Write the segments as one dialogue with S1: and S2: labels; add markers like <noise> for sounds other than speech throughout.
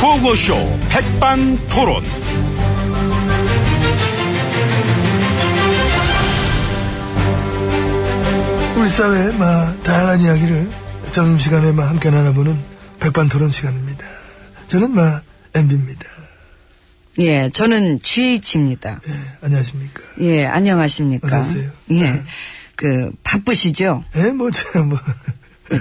S1: 구호쇼 백반토론.
S2: 우리 사회의 막 다양한 이야기를 점심시간에 막 함께 나눠보는 백반토론 시간입니다. 저는 막 MB입니다.
S3: 예, 저는 GH입니다.
S2: 예, 안녕하십니까.
S3: 예, 안녕하십니까.
S2: 어서 오세요.
S3: 예. 그, 바쁘시죠?
S2: 예, 뭐, 저, 뭐,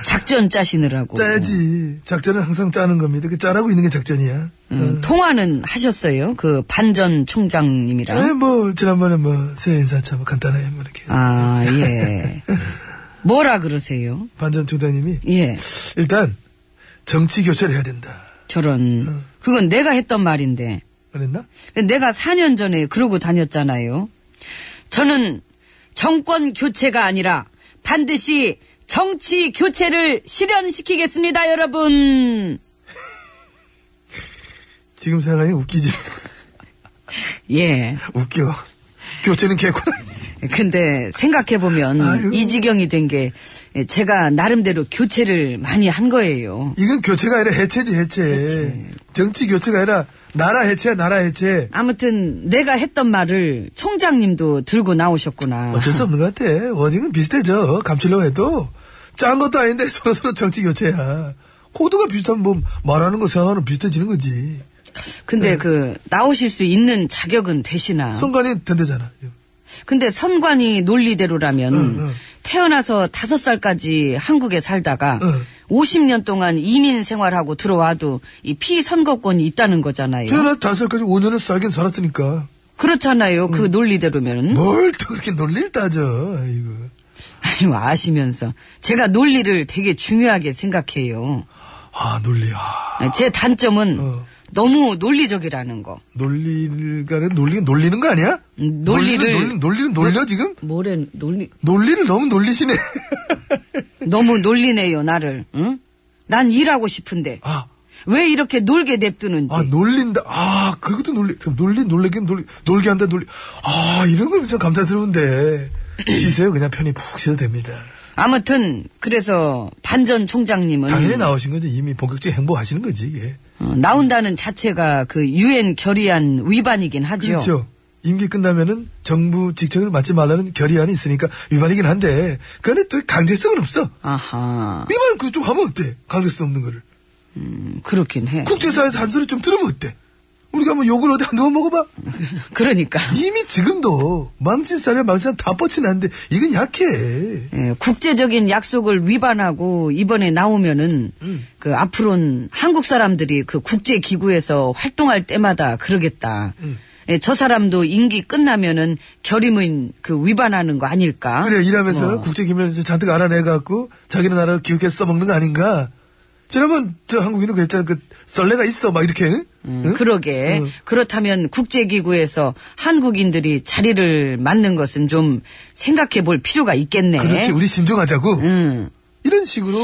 S3: 작전 짜시느라고.
S2: 짜야지. 작전은 항상 짜는 겁니다. 그 짜라고 있는 게 작전이야.
S3: 음, 통화는 하셨어요? 그, 반전
S2: 예,
S3: 총장님이랑.
S2: 뭐, 지난번에 뭐, 새해 인사차 뭐 간단하게 뭐 이렇게.
S3: 아, 예. 뭐라 그러세요?
S2: 반전 총장님이
S3: 예,
S2: 일단 정치 교체를 해야 된다.
S3: 저런.
S2: 어.
S3: 그건 내가 했던 말인데.
S2: 그랬나?
S3: 내가 4년 전에 그러고 다녔잖아요. 저는 정권 교체가 아니라 반드시 정치 교체를 실현시키겠습니다, 여러분.
S2: 지금 생각하니 웃기지. <laughs>
S3: 예.
S2: 웃겨. 교체는 개코라.
S3: 근데 생각해보면
S2: 아유.
S3: 이 지경이 된 게 제가 나름대로 교체를 많이 한 거예요.
S2: 이건 교체가 아니라 해체지, 해체. 정치 교체가 아니라 나라 해체야, 나라 해체.
S3: 아무튼 내가 했던 말을 총장님도 들고 나오셨구나.
S2: 어쩔 수 없는 것 같아. 워딩은 비슷해져. 감추려고 해도. 짠 것도 아닌데 <laughs> 서로서로 정치 교체야. 코드가 비슷하면 뭐 말하는 거 생각하는 비슷해지는 거지.
S3: 근데
S2: 네.
S3: 그 나오실 수 있는 자격은 되시나.
S2: 순간이 된대잖아. 지금.
S3: 근데 선관이 논리대로라면
S2: 응.
S3: 태어나서 다섯 살까지 한국에 살다가
S2: 응.
S3: 50년 동안 이민 생활하고 들어와도 이 피선거권이 있다는 거잖아요.
S2: 태어나서 다섯 살까지 5년을 살긴 살았으니까.
S3: 그렇잖아요. 그 논리대로면은.
S2: 뭘 또 그렇게 논리를 따져. 이거.
S3: 아유, 아시면서. 제가 논리를 되게 중요하게 생각해요.
S2: 아, 논리. 아,
S3: 제 단점은
S2: 어.
S3: 너무 논리적이라는 거.
S2: 논리가는 논리 놀리는 거 아니야?
S3: 음, 논리를-
S2: 논리는, 논리는 놀려 지금?
S3: 뭐래, 논리,
S2: 논리를 너무 놀리시네. <laughs>
S3: 너무 놀리네요, 나를. 응? 난 일하고 싶은데.
S2: 아,
S3: 왜 이렇게 놀게 냅두는지.
S2: 아 놀린다. 아, 그것도 논리. 그럼 논리 놀리긴 놀리 놀게 한다 놀리. 아, 이런 건 참 감탄스러운데 쉬세요. 그냥 편히 푹 쉬어도 됩니다.
S3: 아무튼 그래서 반전 총장님은
S2: 당연히 나오신 거죠. 이미 본격적인 행보하시는 거지 이게.
S3: 어, 나온다는 자체가 그 유엔 결의안 위반이긴 하죠.
S2: 그렇죠. 임기 끝나면은 정부 직책을 맡지 말라는 결의안이 있으니까 위반이긴 한데 그거는 또 강제성은 없어.
S3: 아하
S2: 위반 그좀 하면 어때? 강제성 없는 거를.
S3: 그렇긴 해.
S2: 국제사회에서 한 소리 좀 들으면 어때? 우리가 뭐 욕을 어디 한 번 먹어봐?
S3: 그러니까
S2: 이미 지금도 망신살에 망신 다 뻗치는데 이건 약해.
S3: 예, 국제적인 약속을 위반하고 이번에 나오면은
S2: 음.
S3: 그 앞으로는 한국 사람들이 그 국제 기구에서 활동할 때마다 그러겠다.
S2: 음.
S3: 예, 저 사람도 임기 끝나면은 결임은 그 위반하는 거 아닐까? 어. 뭐,
S2: 그래 일하면서 국제기밀 잔뜩 알아내갖고 자기네 나라 기억해 써먹는 거 아닌가? 지난번 저 한국인도 그랬잖아. 그 썰레가 있어 막 이렇게. 응?
S3: 음, 그러게.
S2: 응.
S3: 그렇다면 국제기구에서 한국인들이 자리를 맡는 것은 좀 생각해 볼 필요가 있겠네.
S2: 그렇지 우리 신중하자고.
S3: 응,
S2: 이런 식으로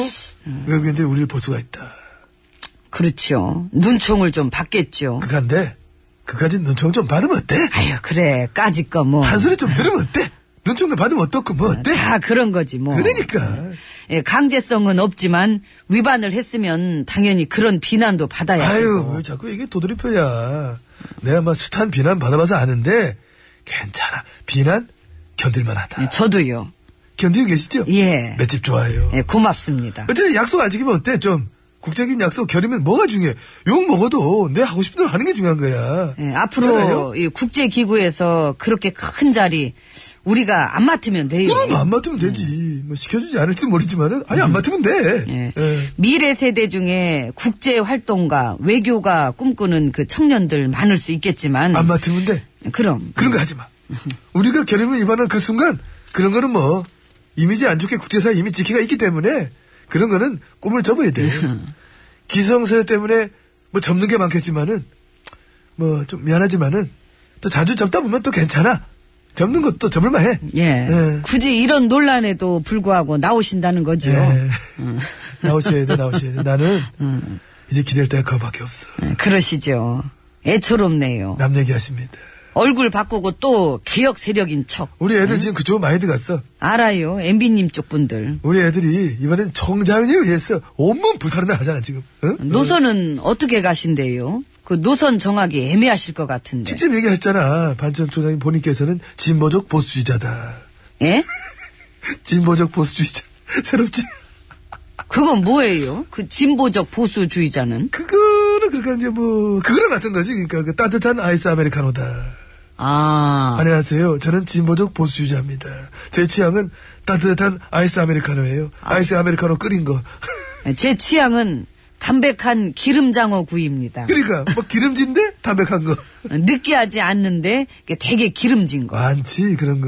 S3: 음.
S2: 외국인들이 우리를 볼 수가 있다.
S3: 그렇죠. 눈총을 좀 받겠죠.
S2: 그간데 그까지 눈총 좀 받으면 어때?
S3: 아유, 그래. 까짓 거 뭐.
S2: 한 소리 좀 들으면 어때? 눈총도 받으면 어떻고 뭐 어때?
S3: 다 그런 거지 뭐.
S2: 그러니까.
S3: 예, 강제성은 없지만 위반을 했으면 당연히 그런 비난도 받아야
S2: 아유, 뭐.
S3: 고
S2: 왜 자꾸 이게 도드리표야. 내가 막 숱한 비난 받아봐서 아는데, 괜찮아. 비난 견딜만 하다.
S3: 예, 저도요.
S2: 견디고 계시죠?
S3: 예.
S2: 맷집 좋아해요.
S3: 예, 고맙습니다.
S2: 어쨌든 약속 안 지키면 어때, 좀? 국제적인 약속 결이면 뭐가 중요해? 욕 먹어도 내 하고 싶은 대로 하는 게 중요한 거야.
S3: 예,
S2: 그렇잖아요?
S3: 앞으로 이 국제기구에서 그렇게 큰 자리 우리가 안 맡으면 돼요.
S2: 그럼 안 맡으면 되지. 뭐 시켜주지 않을지 모르지만은, 아예 안 맡으면 돼.
S3: 예.
S2: 예.
S3: 미래 세대 중에 국제 활동가, 외교가 꿈꾸는 그 청년들 많을 수 있겠지만.
S2: 안 맡으면 돼.
S3: 그럼.
S2: 그런 거 하지 마. 우리가 결의문 위반한 그 순간 그런 거는 뭐 이미지 안 좋게 국제사회 이미 지키가 있기 때문에 그런 거는 꿈을 접어야
S3: <laughs>
S2: 돼. 기성세대 때문에 뭐 접는 게 많겠지만은 뭐 좀 미안하지만은 또 자주 접다 보면 또 괜찮아. 접는 것도 접을만 해.
S3: 예. 굳이 이런 논란에도 불구하고 나오신다는 거죠.
S2: 예.
S3: 음.
S2: 나오셔야 돼, 나오셔야 돼. 나는 이제 기댈 데가 그거밖에 없어.
S3: 예, 그러시죠. 애처롭네요.
S2: 남 얘기하십니다.
S3: 얼굴 바꾸고 또 개혁 세력인 척.
S2: 우리 애들 지금 그쪽으로 많이 들어갔어.
S3: 알아요. MB님 쪽 분들.
S2: 우리 애들이 이번엔 청장에 의해서 온몸 부산을 하잖아 지금. 응?
S3: 노선은 어떻게 가신대요? 그 노선 정하기 애매하실 것 같은데.
S2: 직접 얘기했잖아. 반천 총장님 본인께서는 진보적 보수주의자다.
S3: 예?
S2: 진보적 보수주의자. <laughs> 새롭지?
S3: 그건 뭐예요? 그 진보적 보수주의자는?
S2: 그거는 그러니까 이제 뭐 그거랑 같은 거지. 그러니까 그 따뜻한 아이스 아메리카노다.
S3: 아.
S2: 안녕하세요. 저는 진보적 보수주의자입니다. 제 취향은 따뜻한 아이스 아메리카노예요. 아이스 아메리카노 끓인 거. <laughs>
S3: 제 취향은 담백한 기름장어 구이입니다.
S2: 그러니까 뭐 기름진데 담백한 거.
S3: 느끼하지 않는데 이게 되게 기름진 거.
S2: 많지 그런 거.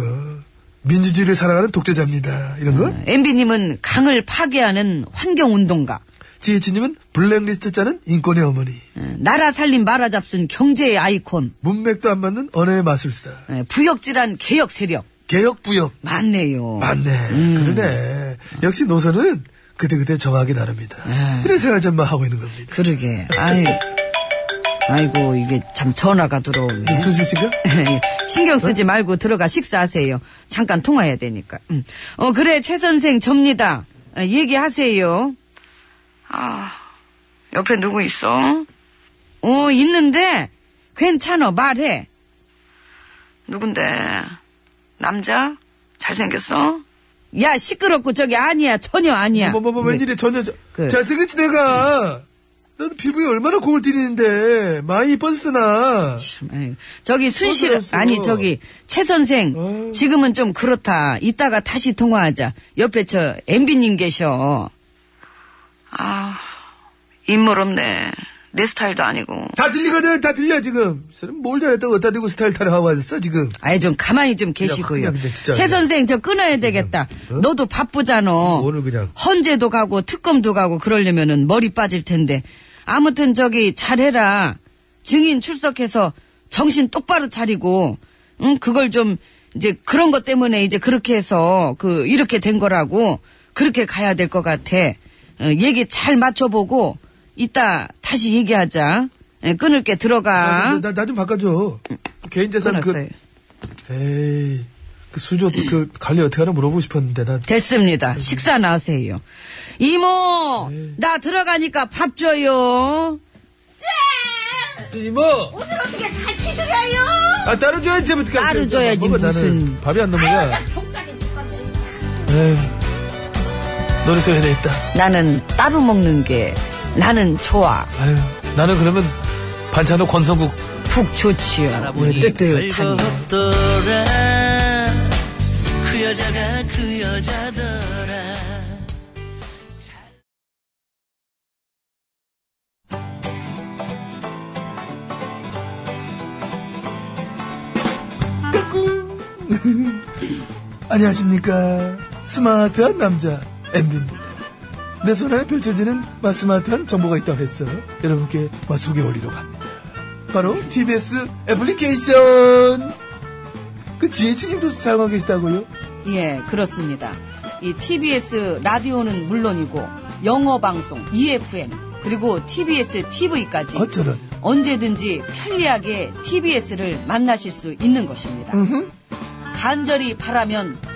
S2: 민주주의를 사랑하는 독재자입니다. 이런 거.
S3: MB님은 강을 파괴하는 환경운동가.
S2: 지혜진님은 블랙리스트 짜는 인권의 어머니.
S3: 어, 나라 살림 말아잡순 경제의 아이콘.
S2: 문맥도 안 맞는 언어의 마술사.
S3: 어, 부역질한 개혁 세력.
S2: 개혁부역.
S3: 많네요.
S2: 맞네.
S3: 음.
S2: 그러네. 역시 노선은 그때그때 정하기 나름이다.
S3: 네.
S2: 이런 생각을 정말 하고 있는 겁니다.
S3: 그러게. 아이. 아이고, 이게 참 전화가 들어오네. <laughs>
S2: 이순신 씨가?
S3: 신경 쓰지 말고 들어가 식사하세요. 잠깐 통화해야 되니까. 음. 어, 그래, 최 선생 접니다. 어, 얘기하세요. 아, 옆에 누구 있어? 어, 있는데, 괜찮어, 말해. 누군데? 남자? 잘생겼어? 야, 시끄럽고 저기 아니야, 전혀 아니야.
S2: 뭐, 뭐, 뭐, 웬일이야. 전혀. 저-
S3: 네. 그-
S2: 잘생겼지, 내가. 나도 피부에 얼마나 공을 들이는데. 많이 이뻤으나.
S3: 참, 아이고. 저기 순실
S2: 부끄럽소.
S3: 아니 저기 최 선생
S2: 어휴.
S3: 지금은 좀 그렇다. 이따가 다시 통화하자. 옆에 저 엠비님 계셔. 아 인물 없네. 내 스타일도 아니고.
S2: 다 들리거든, 다 들려, 지금. 이 사람 뭘 잘했다고 어디다 대고 스타일 타러 왔어, 지금.
S3: 아예 좀 가만히 좀
S2: 그냥
S3: 계시고요.
S2: 근데 진짜
S3: 최
S2: 그냥.
S3: 선생 저 끊어야 되겠다.
S2: 어?
S3: 너도 바쁘잖아.
S2: 오늘 그냥.
S3: 헌재도 가고 특검도 가고 그러려면은 머리 빠질 텐데. 아무튼 저기 잘해라. 증인 출석해서 정신 똑바로 차리고, 응 그걸 좀 이제 그런 것 때문에 이제 그렇게 해서 그 이렇게 된 거라고 그렇게 가야 될 것 같아. 어, 얘기 잘 맞춰보고 이따 다시 얘기하자. 예, 끊을 게 들어가.
S2: 나 좀 바꿔줘. 개인 재산
S3: 음. 끊었어요.
S2: 그, 에이. 그 수조, 그 관리 어떻게 하나 물어보고 싶었는데, 나.
S3: 됐습니다. 식사 나오세요. 이모, 나 들어가니까 밥 줘요.
S2: 이모! 오늘 어떻게 같이 드려요? 아, 따로 줘야지. 어떻게
S3: 따로
S2: 할게.
S3: 줘야지,
S2: 먹어, 나는.
S3: 무슨.
S2: 밥이 안 넘어가. 에이. 노래소 해야 되겠다.
S3: 나는 따로 먹는 게 나는 좋아.
S2: 아유. 나는 그러면 반찬으로 권성국.
S3: 푹 좋지요. 네, 뜨뜻하니.
S4: 더라 그 여자가 그 여자더라
S2: 안녕하십니까. 스마트한 남자, 엠비입니다. 내 손안에 펼쳐지는 마 스마트한 정보가 있다고 해서 여러분께 마 소개해드리려고 합니다. 바로 TBS 애플리케이션. 그 지혜진님도 사용하고 계시다고요?
S3: 예, 그렇습니다. 이 TBS 라디오는 물론이고 영어 방송 EFM 그리고 TBS TV까지
S2: 어쩌면.
S3: 언제든지 편리하게 TBS를 만나실 수 있는 것입니다. 간절히 바라면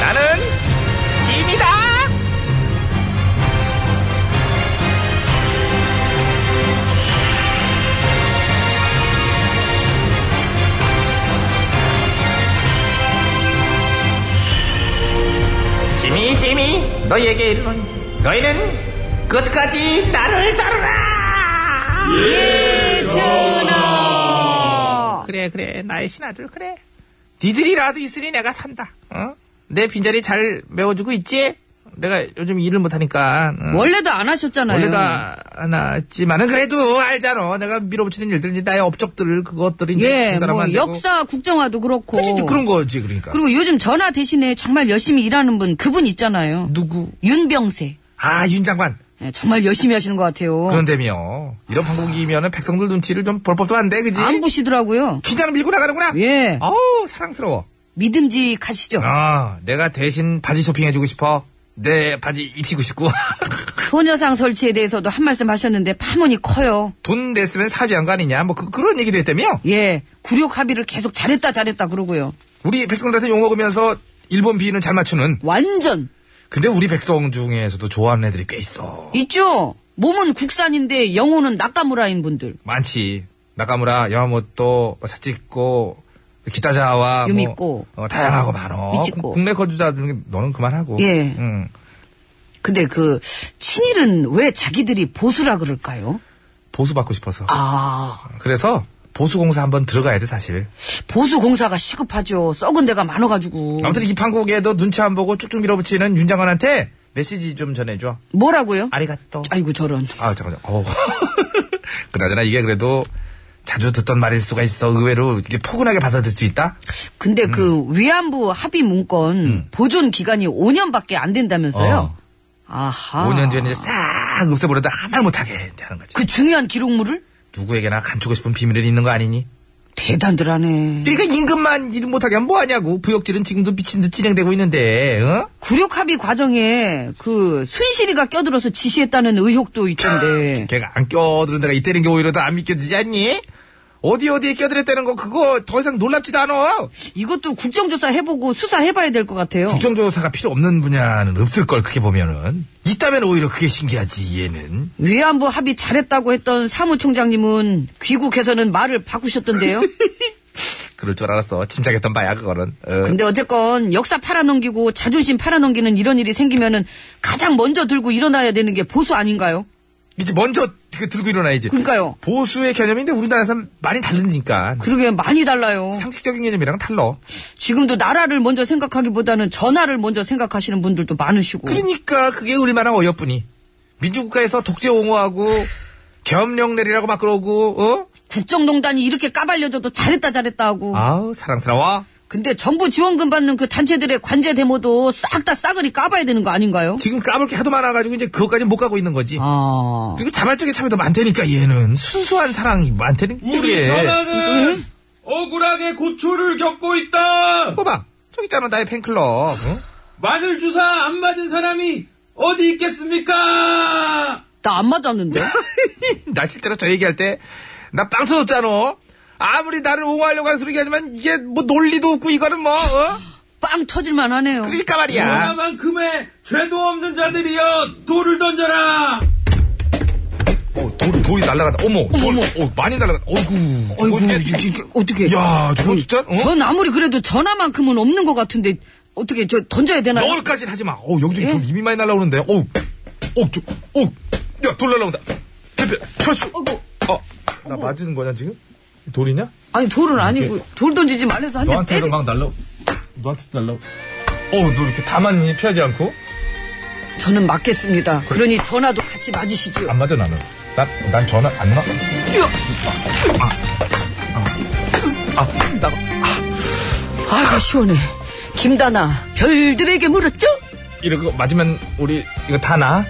S1: 나는 짐이다.
S5: 지미 지미 너희에게 이르노니 너희는 끝까지 나를 따르라
S3: 예전아
S5: 그래 그래 나의 신하들 그래 니들이라도 있으니 내가 산다 어? 내 빈자리 잘 메워주고 있지? 응?
S2: 내가 요즘 일을 못하니까. 응.
S3: 원래도 안 하셨잖아요.
S2: 원래가 하나지만은 그래도 알잖아. 내가 밀어붙이는 일들, 나의 업적들, 그것들이 이제
S3: 예,
S2: 전달하면
S3: 뭐
S2: 안 되고.
S3: 역사 뭐. 국정화도 그렇고.
S2: 그치, 좀 그런 거지, 그러니까.
S3: 리고 요즘 전화 대신에 정말 열심히 일하는 분 그분 있잖아요.
S2: 누구?
S3: 윤병세.
S2: 아, 윤 장관.
S3: 예, 정말 열심히 하시는 것 같아요.
S2: 그런데며, 이런 방법이면은 백성들 눈치를 좀 볼 법도 한데, 그지?
S3: 안 보시더라고요.
S2: 그냥 밀고 나가는구나.
S3: 예.
S2: 어우, 사랑스러워.
S3: 믿음직하시죠?
S2: 아, 내가 대신 바지 쇼핑해주고 싶어. 내 바지 입히고 싶고. <laughs>
S3: 소녀상 설치에 대해서도 한 말씀 하셨는데 파문이 커요.
S2: 돈 냈으면 사죄한 거 아니냐. 뭐, 그, 그런 얘기도 했다며?
S3: 예. 굴욕 합의를 계속 잘했다 잘했다 그러고요.
S2: 우리 백성들한테 욕먹으면서 일본 비위는 잘 맞추는.
S3: 완전
S2: 근데 우리 백성 중에서도 좋아하는 애들이 꽤 있어.
S3: 있죠. 몸은 국산인데 영혼은 나카무라인 분들.
S2: 많지. 나카무라, 야마모토, 뭐 사치코, 기타자와
S3: 유미코.
S2: 뭐, 어, 다양하고 많어.
S3: 미치코.
S2: 국- 국내 거주자들 너는 그만하고.
S3: 예.
S2: 응.
S3: 근데 그 친일은 왜 자기들이 보수라 그럴까요?
S2: 보수 받고 싶어서.
S3: 아
S2: 그래서 보수 공사 한번 들어가야 돼 사실.
S3: 보수 공사가 시급하죠. 썩은 데가 많아가지고.
S2: 아무튼 이 판국에도 눈치 안 보고 쭉쭉 밀어붙이는 윤장관한테 메시지 좀 전해줘.
S3: 뭐라고요?
S2: 아리가또.
S3: 아이고 저런.
S2: 아 잠깐만. 어. <laughs> 그나저나 이게 그래도 자주 듣던 말일 수가 있어. 의외로 이게 포근하게 받아들일 수 있다.
S3: 근데
S2: 음.
S3: 그 위안부 합의 문건 보존 기간이 5년밖에 안 된다면서요?
S2: 어.
S3: 아하.
S2: 5년 뒤에는 이제 싹 없애버려도 아무 말 못하게 이제 하는 거지.
S3: 그 중요한 기록물을
S2: 누구에게나 감추고 싶은 비밀은 있는 거 아니니?
S3: 대단들 하네.
S2: 그러니까 임금만 일 못하게 하면 뭐하냐고. 부역질은 지금도 미친 듯 진행되고 있는데, 어?
S3: 굴욕 합의 과정에 그 순실이가 껴들어서 지시했다는 의혹도 있던데.
S2: 걔가 안 껴드는 데가 이때는 게 오히려 더 안 믿겨지지 않니? 어디 어디에 껴들었다는 거 그거 더 이상 놀랍지도 않아.
S3: 이것도 국정조사 해보고 수사해봐야 될 것 같아요.
S2: 국정조사가 필요 없는 분야는 없을 걸 그렇게 보면은. 있다면 오히려 그게 신기하지 얘는.
S3: 위안부 합의 잘했다고 했던 사무총장님은 귀국해서는 말을 바꾸셨던데요.
S2: 그럴 줄 알았어. 짐작했던 바야 그거는. 어.
S3: 근데 어쨌건 역사 팔아넘기고 자존심 팔아넘기는 이런 일이 생기면은 가장 먼저 들고 일어나야 되는 게 보수 아닌가요?
S2: 이제 먼저 그 들고 일어나야지.
S3: 그러니까요.
S2: 보수의 개념인데 우리나라에선 많이 다르니까.
S3: 그러게 많이 달라요.
S2: 상식적인 개념이랑 달라.
S3: 지금도 나라를 먼저 생각하기보다는 전화를 먼저 생각하시는 분들도 많으시고.
S2: 그러니까 그게 얼마나 어여쁘니. 민주국가에서 독재 옹호하고 겸령 내리라고 막 그러고 어?
S3: 국정농단이 이렇게 까발려져도 잘했다 잘했다 하고.
S2: 아우 사랑스러워.
S3: 근데 정부 지원금 받는 그 단체들의 관제 데모도 싹 다 싸그리 까봐야 되는 거 아닌가요?
S2: 지금 까볼 게 하도 많아가지고 이제 그것까지 못 가고 있는 거지.
S3: 아.
S2: 그리고 자발적인 참여도 많다니까 얘는 순수한 사랑이 많다는
S1: 우리 전하는 억울하게 고초를 겪고 있다.
S2: 봐봐 저기 있잖아 나의 팬클럽. 어?
S1: 마늘 주사 안 맞은 사람이 어디 있겠습니까?
S3: 나 안
S2: <laughs>
S3: 맞았는데?
S2: <laughs> 나 실제로 저 얘기할 때 나 빵 터졌잖아. 아무리 나를 옹호하려고 하는 소리긴 하지만 이게 뭐 논리도 없고 이거는 뭐 어?
S3: 빵 터질만 하네요.
S2: 그러니까 말이야.
S1: 전하만큼의 죄도 없는 자들이여 돌을 던져라.
S2: 어, 돌, 돌이 날라간다. 어머, 돌,
S3: 어머.
S2: 어, 많이 날라간다. 어이구.
S3: 어이구,
S2: 이게-
S3: 어떻게.
S2: 야, 저거 진짜, 어?
S3: 전 아무리 그래도 전화만큼은 없는 것 같은데, 어떻게 저 던져야 되나요?
S2: 너울까지는 하지 마. 어, 여기저기
S3: 예?
S2: 돌 이미 많이 날라오는데. 어, 어, 저, 어, 야, 돌 날라온다. 대표, 철수.
S3: 아이고.
S2: 어, 나 맞는 거냐, 지금? 돌이냐?
S3: 아니, 돌은 아니고, 돌 던지지 말래서 한 대
S2: 너한테도
S3: 때려.
S2: 막 날라, 너한테도 날라. 어, 너 이렇게 다만 피하지 않고?
S3: 저는 맞겠습니다. 그러니 전화도 같이 맞으시죠.
S2: 안 맞아, 나는. 난, 난 전화 안 나.
S3: 아이고, 시원해. 김다나, 별들에게 물었죠?
S2: 이러고 맞으면 우리 이거 다 나?